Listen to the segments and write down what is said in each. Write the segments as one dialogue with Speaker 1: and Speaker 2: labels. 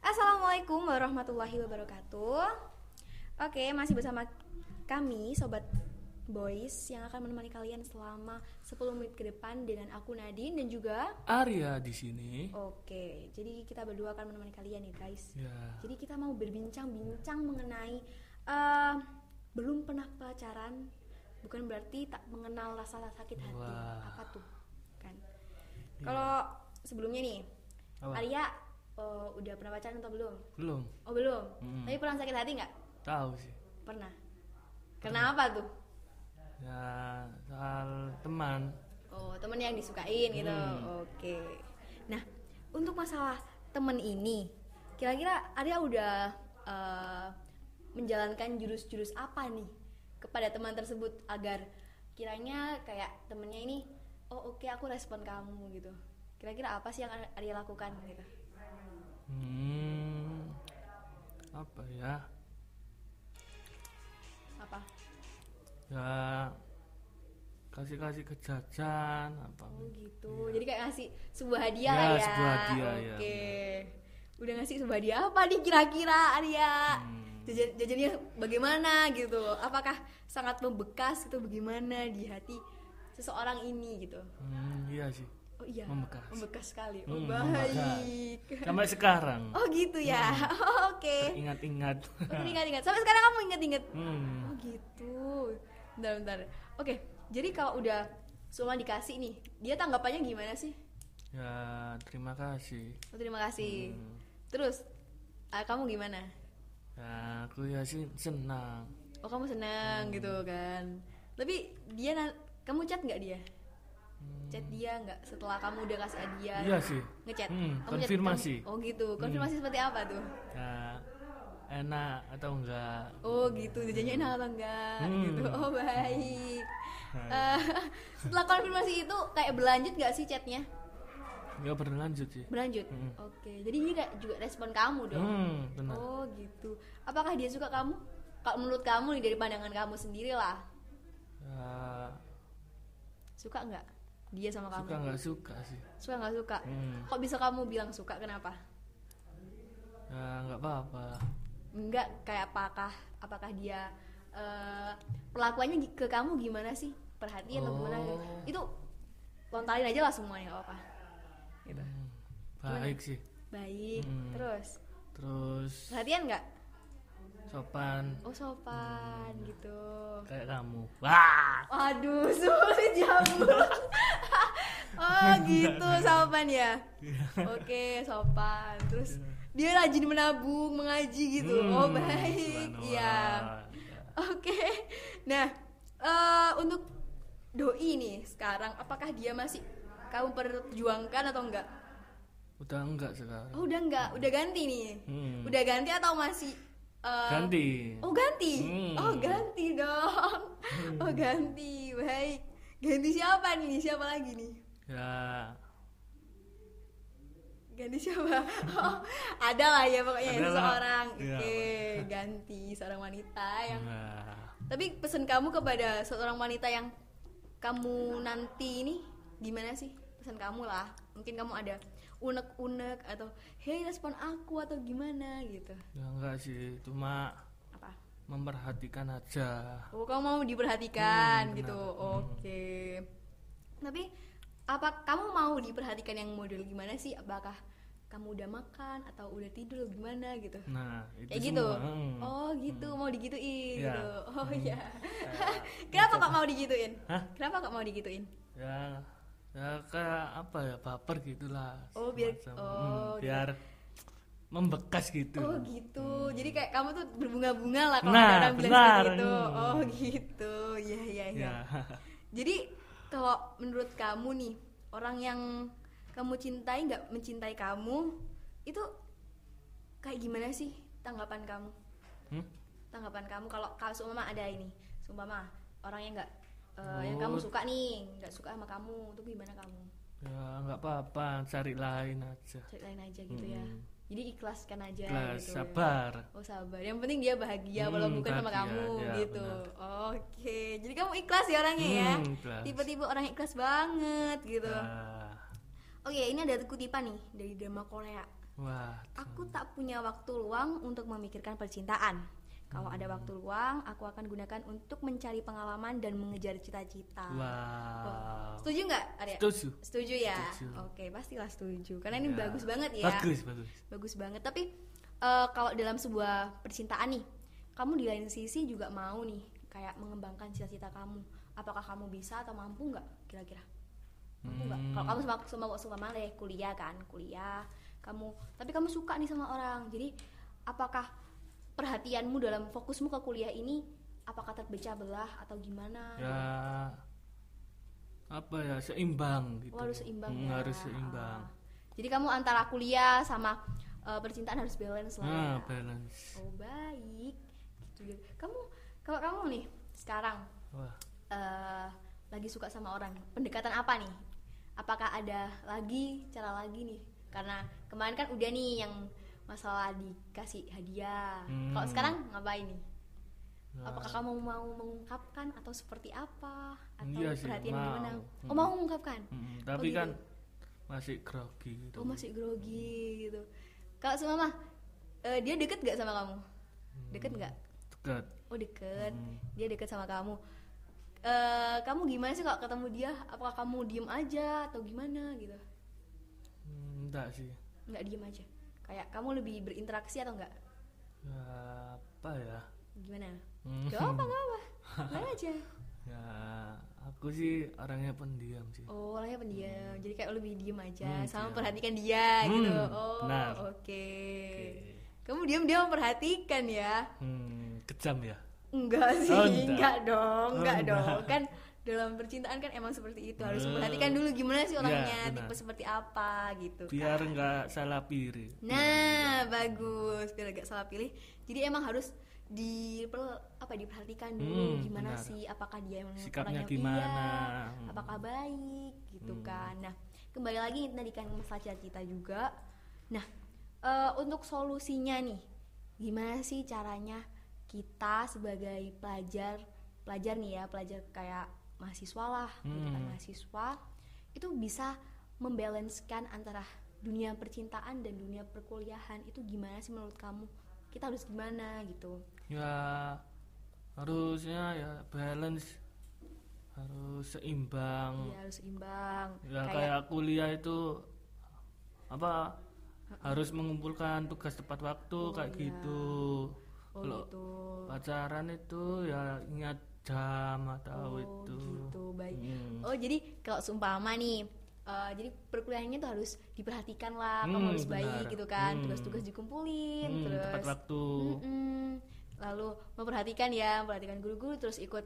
Speaker 1: Assalamualaikum warahmatullahi wabarakatuh. Oke, masih bersama kami sobat boys yang akan menemani kalian selama 10 menit ke depan dengan aku Nadine dan juga
Speaker 2: Arya di sini.
Speaker 1: Oke, jadi kita berdua akan menemani kalian ya guys.
Speaker 2: Ya.
Speaker 1: Jadi kita mau berbincang-bincang mengenai eh, belum pernah pacaran bukan berarti tak mengenal rasa sakit hati.
Speaker 2: Wah. Iya.
Speaker 1: Apa tuh? Kan. Kalau sebelumnya nih,
Speaker 2: Apa?
Speaker 1: Arya eh, udah pernah pacaran atau belum?
Speaker 2: Belum
Speaker 1: Oh, belum.
Speaker 2: Mm.
Speaker 1: Tapi pernah sakit hati nggak?
Speaker 2: tahu sih.
Speaker 1: Pernah. Kenapa tuh?
Speaker 2: Ya soal teman.
Speaker 1: Oh, temen yang disukain gitu.
Speaker 2: Hmm.
Speaker 1: Oke. Nah, untuk masalah temen ini, kira-kira Arya udah eh, menjalankan jurus-jurus apa nih kepada teman tersebut agar kiranya kayak temennya ini, oh oke aku respon kamu gitu. Kira-kira apa sih yang Ar- Arya lakukan gitu?
Speaker 2: Hmm, apa ya?
Speaker 1: Apa?
Speaker 2: Ya kasih kasih kejajan apa?
Speaker 1: Oh gitu. Jadi kayak ngasih sebuah hadiah
Speaker 2: Ya,
Speaker 1: lah ya.
Speaker 2: Iya. sebuah hadiah, ya,
Speaker 1: Oke. Udah ngasih sebuah hadiah apa nih kira-kira Arya?
Speaker 2: Hmm.
Speaker 1: Jajan, jajannya bagaimana gitu? Apakah sangat membekas gitu bagaimana di hati seseorang ini gitu?
Speaker 2: Hmm, iya sih.
Speaker 1: Oh iya.
Speaker 2: Membekas.
Speaker 1: sekali. Oh
Speaker 2: Hmm,
Speaker 1: baik.
Speaker 2: Sampai sekarang.
Speaker 1: Oh gitu ya.
Speaker 2: Hmm.
Speaker 1: Oke.
Speaker 2: Ingat-ingat.
Speaker 1: Oke, Ingat-ingat. Sampai sekarang kamu ingat-ingat.
Speaker 2: hmm.
Speaker 1: Oh gitu. Bentar, bentar. Oke. Jadi kalau udah semua dikasih nih, dia tanggapannya gimana sih?
Speaker 2: Ya terima kasih.
Speaker 1: Oh, terima kasih.
Speaker 2: Hmm.
Speaker 1: Terus, ah, kamu gimana?
Speaker 2: Ya aku ya sih senang.
Speaker 1: Oh, kamu
Speaker 2: Hmm.
Speaker 1: senang gitu kan? Tapi dia, na- kamu chat nggak dia?
Speaker 2: Hmm,
Speaker 1: Chat dia nggak setelah kamu udah kasih hadiah?
Speaker 2: Iya sih.
Speaker 1: Ya. Ngechat?
Speaker 2: Hmm,
Speaker 1: Kamu chat-
Speaker 2: konfirmasi. Hmm.
Speaker 1: kamu- oh gitu. Konfirmasi seperti apa tuh?
Speaker 2: Ya enak atau enggak?
Speaker 1: Oh gitu. Jajannya enak atau enggak?
Speaker 2: Hmm.
Speaker 1: Gitu. Oh baik. Eh, setelah konfirmasi itu kayak berlanjut nggak sih chatnya?
Speaker 2: Ya berlanjut sih.
Speaker 1: Berlanjut.
Speaker 2: Hmm.
Speaker 1: Oke. Jadi ini kayak juga respon kamu dong.
Speaker 2: Hmm, benar.
Speaker 1: Oh gitu. Apakah dia suka kamu? Kalau menurut kamu nih dari pandangan kamu sendiri lah,
Speaker 2: Ya,
Speaker 1: suka nggak dia sama kamu?
Speaker 2: suka nggak suka sih.
Speaker 1: Suka nggak suka?
Speaker 2: Hmm,
Speaker 1: Kok bisa kamu bilang suka? Kenapa?
Speaker 2: ya nggak apa-apa.
Speaker 1: Enggak kayak apakah apakah dia eh, perlakuannya gi- ke kamu gimana sih? Perhatian atau gimana?
Speaker 2: Oh.
Speaker 1: Itu lontarin aja lah semuanya nggak apa-apa. Gitu.
Speaker 2: Hmm, baik sih.
Speaker 1: Baik.
Speaker 2: Hmm.
Speaker 1: Terus
Speaker 2: Terus
Speaker 1: perhatian nggak?
Speaker 2: sopan
Speaker 1: Oh sopan gitu.
Speaker 2: kayak kamu. Wah.
Speaker 1: Waduh sulit jambul. oh gitu sopan ya.
Speaker 2: Iya.
Speaker 1: Oke sopan. Terus dia rajin menabung, mengaji gitu. oh
Speaker 2: Hmm,
Speaker 1: baik.
Speaker 2: subhanallah.
Speaker 1: Iya.
Speaker 2: Ya.
Speaker 1: Oke. Nah, eh, untuk doi nih sekarang apakah dia masih kamu perjuangkan atau enggak?
Speaker 2: Udah enggak sekarang.
Speaker 1: Oh, udah enggak. Udah ganti nih.
Speaker 2: Hmm.
Speaker 1: Udah ganti atau masih eh,
Speaker 2: Ganti.
Speaker 1: Oh, ganti.
Speaker 2: Hmm.
Speaker 1: Oh, ganti dong. Oh, ganti. Baik. Ganti siapa nih? Siapa lagi nih?
Speaker 2: Ya.
Speaker 1: Ganti siapa? Oh, ada lah ya pokoknya ya,
Speaker 2: Ada lah.
Speaker 1: seseorang. Oke,
Speaker 2: Iya.
Speaker 1: ganti seorang wanita yang
Speaker 2: Nah,
Speaker 1: Tapi pesan kamu kepada seorang wanita yang kamu nanti ini gimana sih? Pesan kamu lah. Mungkin kamu ada unek-unek atau hey respon aku atau gimana gitu.
Speaker 2: ya enggak sih. Cuma
Speaker 1: Apa?
Speaker 2: memperhatikan aja.
Speaker 1: Oh, kamu mau diperhatikan
Speaker 2: Hmm,
Speaker 1: gitu.
Speaker 2: benar.
Speaker 1: Oke. Tapi apa kamu mau diperhatikan yang model gimana sih? Apakah kamu udah makan atau udah tidur gimana gitu?
Speaker 2: Nah, itu
Speaker 1: Kayak gitu.
Speaker 2: semua. Hmm.
Speaker 1: Oh, gitu. Mau digituin
Speaker 2: Iya. Gitu.
Speaker 1: gitu. Oh, iya. Kenapa kok mau digituin?
Speaker 2: Hah?
Speaker 1: Kenapa kok mau digituin?
Speaker 2: ya ya kayak apa ya baper gitulah
Speaker 1: Oh, biar-
Speaker 2: semacam. Hmm,
Speaker 1: oh, gitu.
Speaker 2: biar membekas gitu
Speaker 1: Oh gitu, jadi kayak kamu tuh berbunga-bunga lah kalau
Speaker 2: Nah,
Speaker 1: ada orang bilang
Speaker 2: benar.
Speaker 1: seperti itu.
Speaker 2: Hmm.
Speaker 1: Oh gitu, ya ya ya.
Speaker 2: ya
Speaker 1: Jadi kalau menurut kamu nih orang yang kamu cintai nggak mencintai kamu itu kayak gimana sih tanggapan kamu?
Speaker 2: Hmm?
Speaker 1: Tanggapan kamu kalau kalau seumpama ada ini, seumpama orang yang nggak eh, yang
Speaker 2: Oh.
Speaker 1: kamu suka nih nggak suka sama kamu, itu gimana kamu?
Speaker 2: ya nggak apa-apa cari lain aja
Speaker 1: Cari lain aja gitu ya.
Speaker 2: Hmm.
Speaker 1: Jadi ikhlaskan aja.
Speaker 2: Ikhlas,
Speaker 1: gitu ya.
Speaker 2: sabar
Speaker 1: Oh sabar, yang penting dia bahagia
Speaker 2: Hmm,
Speaker 1: walau bukan sama
Speaker 2: bahagia.
Speaker 1: kamu
Speaker 2: Ya,
Speaker 1: gitu. Oke, jadi kamu ikhlas ya orangnya ya.
Speaker 2: Hmm, ikhlas.
Speaker 1: Tipe-tipe orang yang ikhlas banget gitu.
Speaker 2: Nah,
Speaker 1: Oh iya, Oke, ini ada kutipan nih dari drama Korea.
Speaker 2: Wah,
Speaker 1: Aku tak punya waktu luang untuk memikirkan percintaan. Kalau ada
Speaker 2: Hmm.
Speaker 1: waktu luang, aku akan gunakan untuk mencari pengalaman dan mengejar cita-cita.
Speaker 2: wow.
Speaker 1: Setuju nggak, Arya?
Speaker 2: Setuju.
Speaker 1: Setuju ya.
Speaker 2: Setuju.
Speaker 1: Oke, pastilah setuju. Karena ini
Speaker 2: Ya.
Speaker 1: bagus banget ya.
Speaker 2: Bagus, bagus.
Speaker 1: Bagus banget. Tapi eh, kalau dalam sebuah percintaan nih, kamu di lain sisi juga mau nih kayak mengembangkan cita-cita kamu. Apakah kamu bisa atau mampu nggak kira-kira? Mampu nggak?
Speaker 2: Hmm.
Speaker 1: Kalau kamu sama sama sama deh kuliah kan, kuliah kamu. Tapi kamu suka nih sama orang. Jadi apakah perhatianmu dalam fokusmu ke kuliah ini apakah terpecah belah atau gimana?
Speaker 2: Ya apa ya seimbang gitu.
Speaker 1: Oh, harus seimbang
Speaker 2: Hmm,
Speaker 1: ya.
Speaker 2: Harus seimbang.
Speaker 1: Ah. Jadi kamu antara kuliah sama eh, percintaan harus balance lah.
Speaker 2: Nah,
Speaker 1: ya.
Speaker 2: balance.
Speaker 1: Oh baik. Gitu. ya. Kamu kalau kamu nih sekarang
Speaker 2: Wah.
Speaker 1: eh, lagi suka sama orang, pendekatan apa nih? Apakah ada lagi cara lagi nih? Karena kemarin kan udah nih yang masalah dikasih hadiah.
Speaker 2: Hmm.
Speaker 1: Kalau sekarang ngapain nih?
Speaker 2: Nah,
Speaker 1: Apakah kamu mau mengungkapkan atau seperti apa? Atau
Speaker 2: Iya sih,
Speaker 1: perhatian
Speaker 2: mau.
Speaker 1: gimana? Oh
Speaker 2: Hmm.
Speaker 1: mau mengungkapkan?
Speaker 2: mm, tapi
Speaker 1: gitu.
Speaker 2: kan masih grogi gitu.
Speaker 1: Oh masih grogi gitu. Kalau sama mama, eh, dia deket gak sama kamu? Deket gak?
Speaker 2: Dekat.
Speaker 1: Oh deket.
Speaker 2: Hmm.
Speaker 1: Dia deket sama kamu. Eh kamu gimana sih kalau ketemu dia? Apakah kamu diem aja atau gimana gitu?
Speaker 2: Hmm, enggak sih.
Speaker 1: Nggak diem aja. Kayak kamu lebih berinteraksi atau enggak?
Speaker 2: Ya, apa ya?
Speaker 1: Gimana?
Speaker 2: Hmm.
Speaker 1: Gak apa gak apa. Gimana aja.
Speaker 2: Ya, aku sih orangnya pendiam sih.
Speaker 1: Oh orangnya pendiam. Jadi kayak lebih diem aja.
Speaker 2: Hmm,
Speaker 1: sama
Speaker 2: diam.
Speaker 1: perhatikan dia gitu.
Speaker 2: Hmm,
Speaker 1: Oh
Speaker 2: benar.
Speaker 1: oke.
Speaker 2: Oke.
Speaker 1: Kamu diem dia memperhatikan ya.
Speaker 2: Hmm, kejam ya.
Speaker 1: Enggak sih,
Speaker 2: Oh,
Speaker 1: enggak.
Speaker 2: enggak.
Speaker 1: dong,
Speaker 2: Oh,
Speaker 1: enggak
Speaker 2: enggak.
Speaker 1: dong. Kan dalam percintaan kan emang seperti itu, harus
Speaker 2: Hmm.
Speaker 1: memperhatikan dulu gimana sih
Speaker 2: Iya,
Speaker 1: orangnya,
Speaker 2: benar.
Speaker 1: tipe seperti apa gitu.
Speaker 2: Biar
Speaker 1: kan.
Speaker 2: nggak salah pilih.
Speaker 1: Nah, bagus. Biar agak salah pilih. Jadi emang harus di apa diperhatikan dulu
Speaker 2: Hmm,
Speaker 1: gimana
Speaker 2: benar.
Speaker 1: sih apakah dia emang orang
Speaker 2: Sikapnya
Speaker 1: yang
Speaker 2: gimana?
Speaker 1: iya,
Speaker 2: Hmm.
Speaker 1: apakah baik gitu kan. Nah, kembali lagi tadi kan masalah cita-cita juga. Nah, eh, untuk solusinya nih, gimana sih caranya kita sebagai pelajar pelajar nih ya pelajar kayak mahasiswa lah gitu kan,
Speaker 2: Hmm.
Speaker 1: mahasiswa itu bisa membalancekan antara dunia percintaan dan dunia perkuliahan itu gimana sih menurut kamu kita harus gimana gitu
Speaker 2: Ya harusnya ya balance harus seimbang.
Speaker 1: ya harus imbang
Speaker 2: Hmm. Ya kayak, kuliah itu apa harus mengumpulkan tugas tepat waktu
Speaker 1: Oh,
Speaker 2: kayak
Speaker 1: iya.
Speaker 2: gitu.
Speaker 1: oh
Speaker 2: Kalau
Speaker 1: gitu
Speaker 2: pacaran itu ya ingat jam atau
Speaker 1: oh
Speaker 2: itu.
Speaker 1: gitu baik
Speaker 2: Hmm.
Speaker 1: oh jadi kalau seumpama nih eh, jadi perkuliahannya tuh harus diperhatikan lah kamu
Speaker 2: Hmm,
Speaker 1: harus baik
Speaker 2: benar.
Speaker 1: gitu kan
Speaker 2: Hmm.
Speaker 1: tugas-tugas dikumpulin
Speaker 2: Hmm,
Speaker 1: iya, terus
Speaker 2: tepat waktu.
Speaker 1: Mm-mm. lalu memperhatikan ya memperhatikan guru-guru terus ikut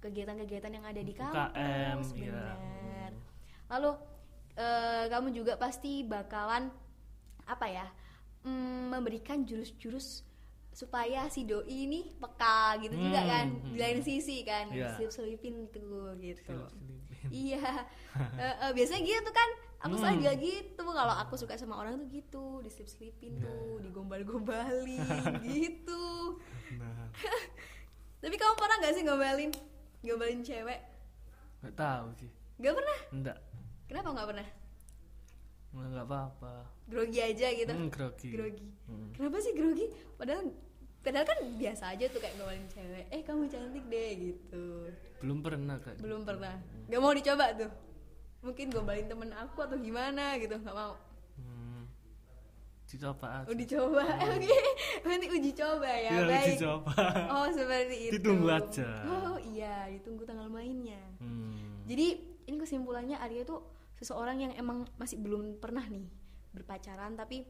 Speaker 1: kegiatan-kegiatan yang ada di
Speaker 2: UKM,
Speaker 1: kampus
Speaker 2: ya.
Speaker 1: benar lalu eh, kamu juga pasti bakalan apa ya mm, memberikan jurus-jurus supaya si doi ini peka gitu juga
Speaker 2: Hmm,
Speaker 1: kan
Speaker 2: hmm.
Speaker 1: di lain sisi kan
Speaker 2: Iya.
Speaker 1: selip-selipin tuh gitu
Speaker 2: Selip-selipin.
Speaker 1: iya Eh, eh, biasanya gitu kan aku
Speaker 2: Hmm.
Speaker 1: salah juga gitu kalau aku suka sama orang tuh gitu diselip-selipin
Speaker 2: Iya.
Speaker 1: tuh digombal-gombalin gitu
Speaker 2: Nah,
Speaker 1: tapi kamu pernah nggak sih gombalin gombalin cewek
Speaker 2: nggak tahu sih.
Speaker 1: nggak pernah
Speaker 2: Enggak.
Speaker 1: kenapa nggak pernah
Speaker 2: Enggak apa-apa.
Speaker 1: grogi aja gitu
Speaker 2: Hmm, grogi.
Speaker 1: grogi
Speaker 2: Hmm.
Speaker 1: kenapa sih grogi padahal padahal kan biasa aja tuh kayak ngomongin cewek eh kamu cantik deh gitu
Speaker 2: Belum pernah kayak. gitu.
Speaker 1: belum pernah nggak mau dicoba tuh mungkin gombalin temen aku atau gimana gitu nggak mau
Speaker 2: Hmm. Dicoba aja.
Speaker 1: oh dicoba Eh, oke nanti uji coba ya
Speaker 2: Ya,
Speaker 1: baik
Speaker 2: dicoba.
Speaker 1: oh seperti itu
Speaker 2: Ditunggu aja.
Speaker 1: oh iya ditunggu tanggal mainnya
Speaker 2: Hmm.
Speaker 1: jadi ini kesimpulannya Arya tuh seseorang yang emang masih belum pernah nih berpacaran tapi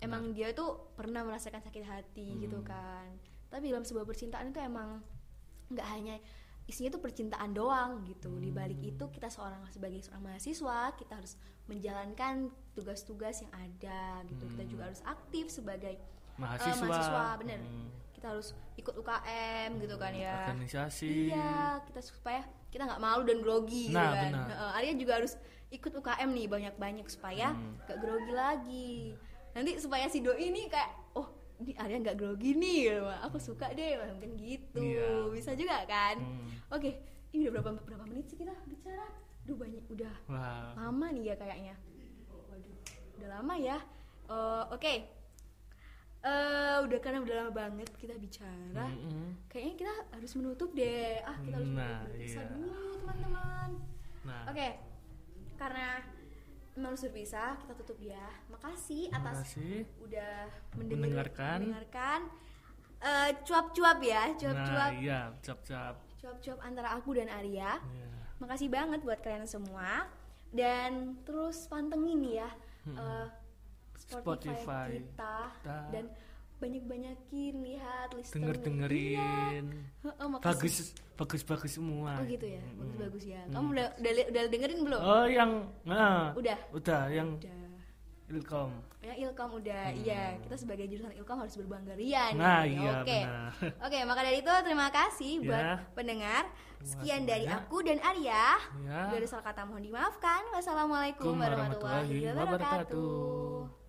Speaker 1: emang dia tuh pernah merasakan sakit hati gitu kan tapi dalam sebuah percintaan itu emang nggak hanya isinya tuh percintaan doang gitu di balik itu kita seorang sebagai seorang mahasiswa kita harus menjalankan tugas-tugas yang ada gitu kita juga harus aktif sebagai eh,
Speaker 2: Mahasiswa.
Speaker 1: mahasiswa bener
Speaker 2: Hmm.
Speaker 1: kita harus ikut UKM gitu kan ya
Speaker 2: Organisasi.
Speaker 1: Iya, kita supaya kita nggak malu dan grogi gitu
Speaker 2: Nah,
Speaker 1: kan.
Speaker 2: benar.
Speaker 1: Heeh, Arya juga harus ikut UKM nih banyak-banyak supaya
Speaker 2: Hmm.
Speaker 1: nggak grogi lagi. Nanti supaya si doi ini kayak oh, ini Arya nggak grogi nih, gitu. aku suka deh, Wah, mungkin gitu.
Speaker 2: Iya.
Speaker 1: Bisa juga kan?
Speaker 2: Hmm.
Speaker 1: Oke, ini udah berapa berapa menit sih kita bicara? Duh banyak udah
Speaker 2: Wah.
Speaker 1: lama nih ya kayaknya. Waduh, udah lama ya. Eh, Oke. Eh, udah karena udah lama banget kita bicara.
Speaker 2: Mm-mm.
Speaker 1: Kayaknya kita harus menutup deh. Ah, kita harus
Speaker 2: Nah,
Speaker 1: menutup bisa
Speaker 2: iya.
Speaker 1: dulu, teman-teman.
Speaker 2: Nah,
Speaker 1: Oke. Karena emang harus berpisah, kita tutup ya. Makasih
Speaker 2: terima
Speaker 1: atas
Speaker 2: kasih.
Speaker 1: udah mendengar-
Speaker 2: Mendengarkan.
Speaker 1: mendengarkan. Eh, cuap-cuap ya,
Speaker 2: Nah,
Speaker 1: cuap-cuap.
Speaker 2: iya, cap-cap.
Speaker 1: Cuap-cuap antara aku dan Arya.
Speaker 2: Iya.
Speaker 1: Makasih banget buat kalian semua dan terus pantengin ya eh, Spotify,
Speaker 2: Hmm. Spotify
Speaker 1: kita,
Speaker 2: kita.
Speaker 1: dan banyak-banyakin lihat listen
Speaker 2: Denger-dengerin.
Speaker 1: Iya. Heeh, makasih.
Speaker 2: Bagus, bagus-bagus semua.
Speaker 1: Oh gitu ya.
Speaker 2: Nah, Mm-mm.
Speaker 1: Bagus-bagus ya. Kamu udah udah, li- udah dengerin belum?
Speaker 2: Oh, yang nah,
Speaker 1: Udah.
Speaker 2: udah yang
Speaker 1: Udah.
Speaker 2: Ilkom.
Speaker 1: Ya Ilkom udah. Iya, kita sebagai jurusan Ilkom harus berbangga ria nih.
Speaker 2: Nah, iya
Speaker 1: Oke.
Speaker 2: benar.
Speaker 1: Oke, maka dari itu terima kasih buat
Speaker 2: Ya.
Speaker 1: pendengar. Sekian dari
Speaker 2: banyak.
Speaker 1: aku dan Arya.
Speaker 2: Ya.
Speaker 1: Dari salah kata mohon dimaafkan. Wassalamualaikum
Speaker 2: Assalamualaikum
Speaker 1: warahmatullahi wabarakatuh.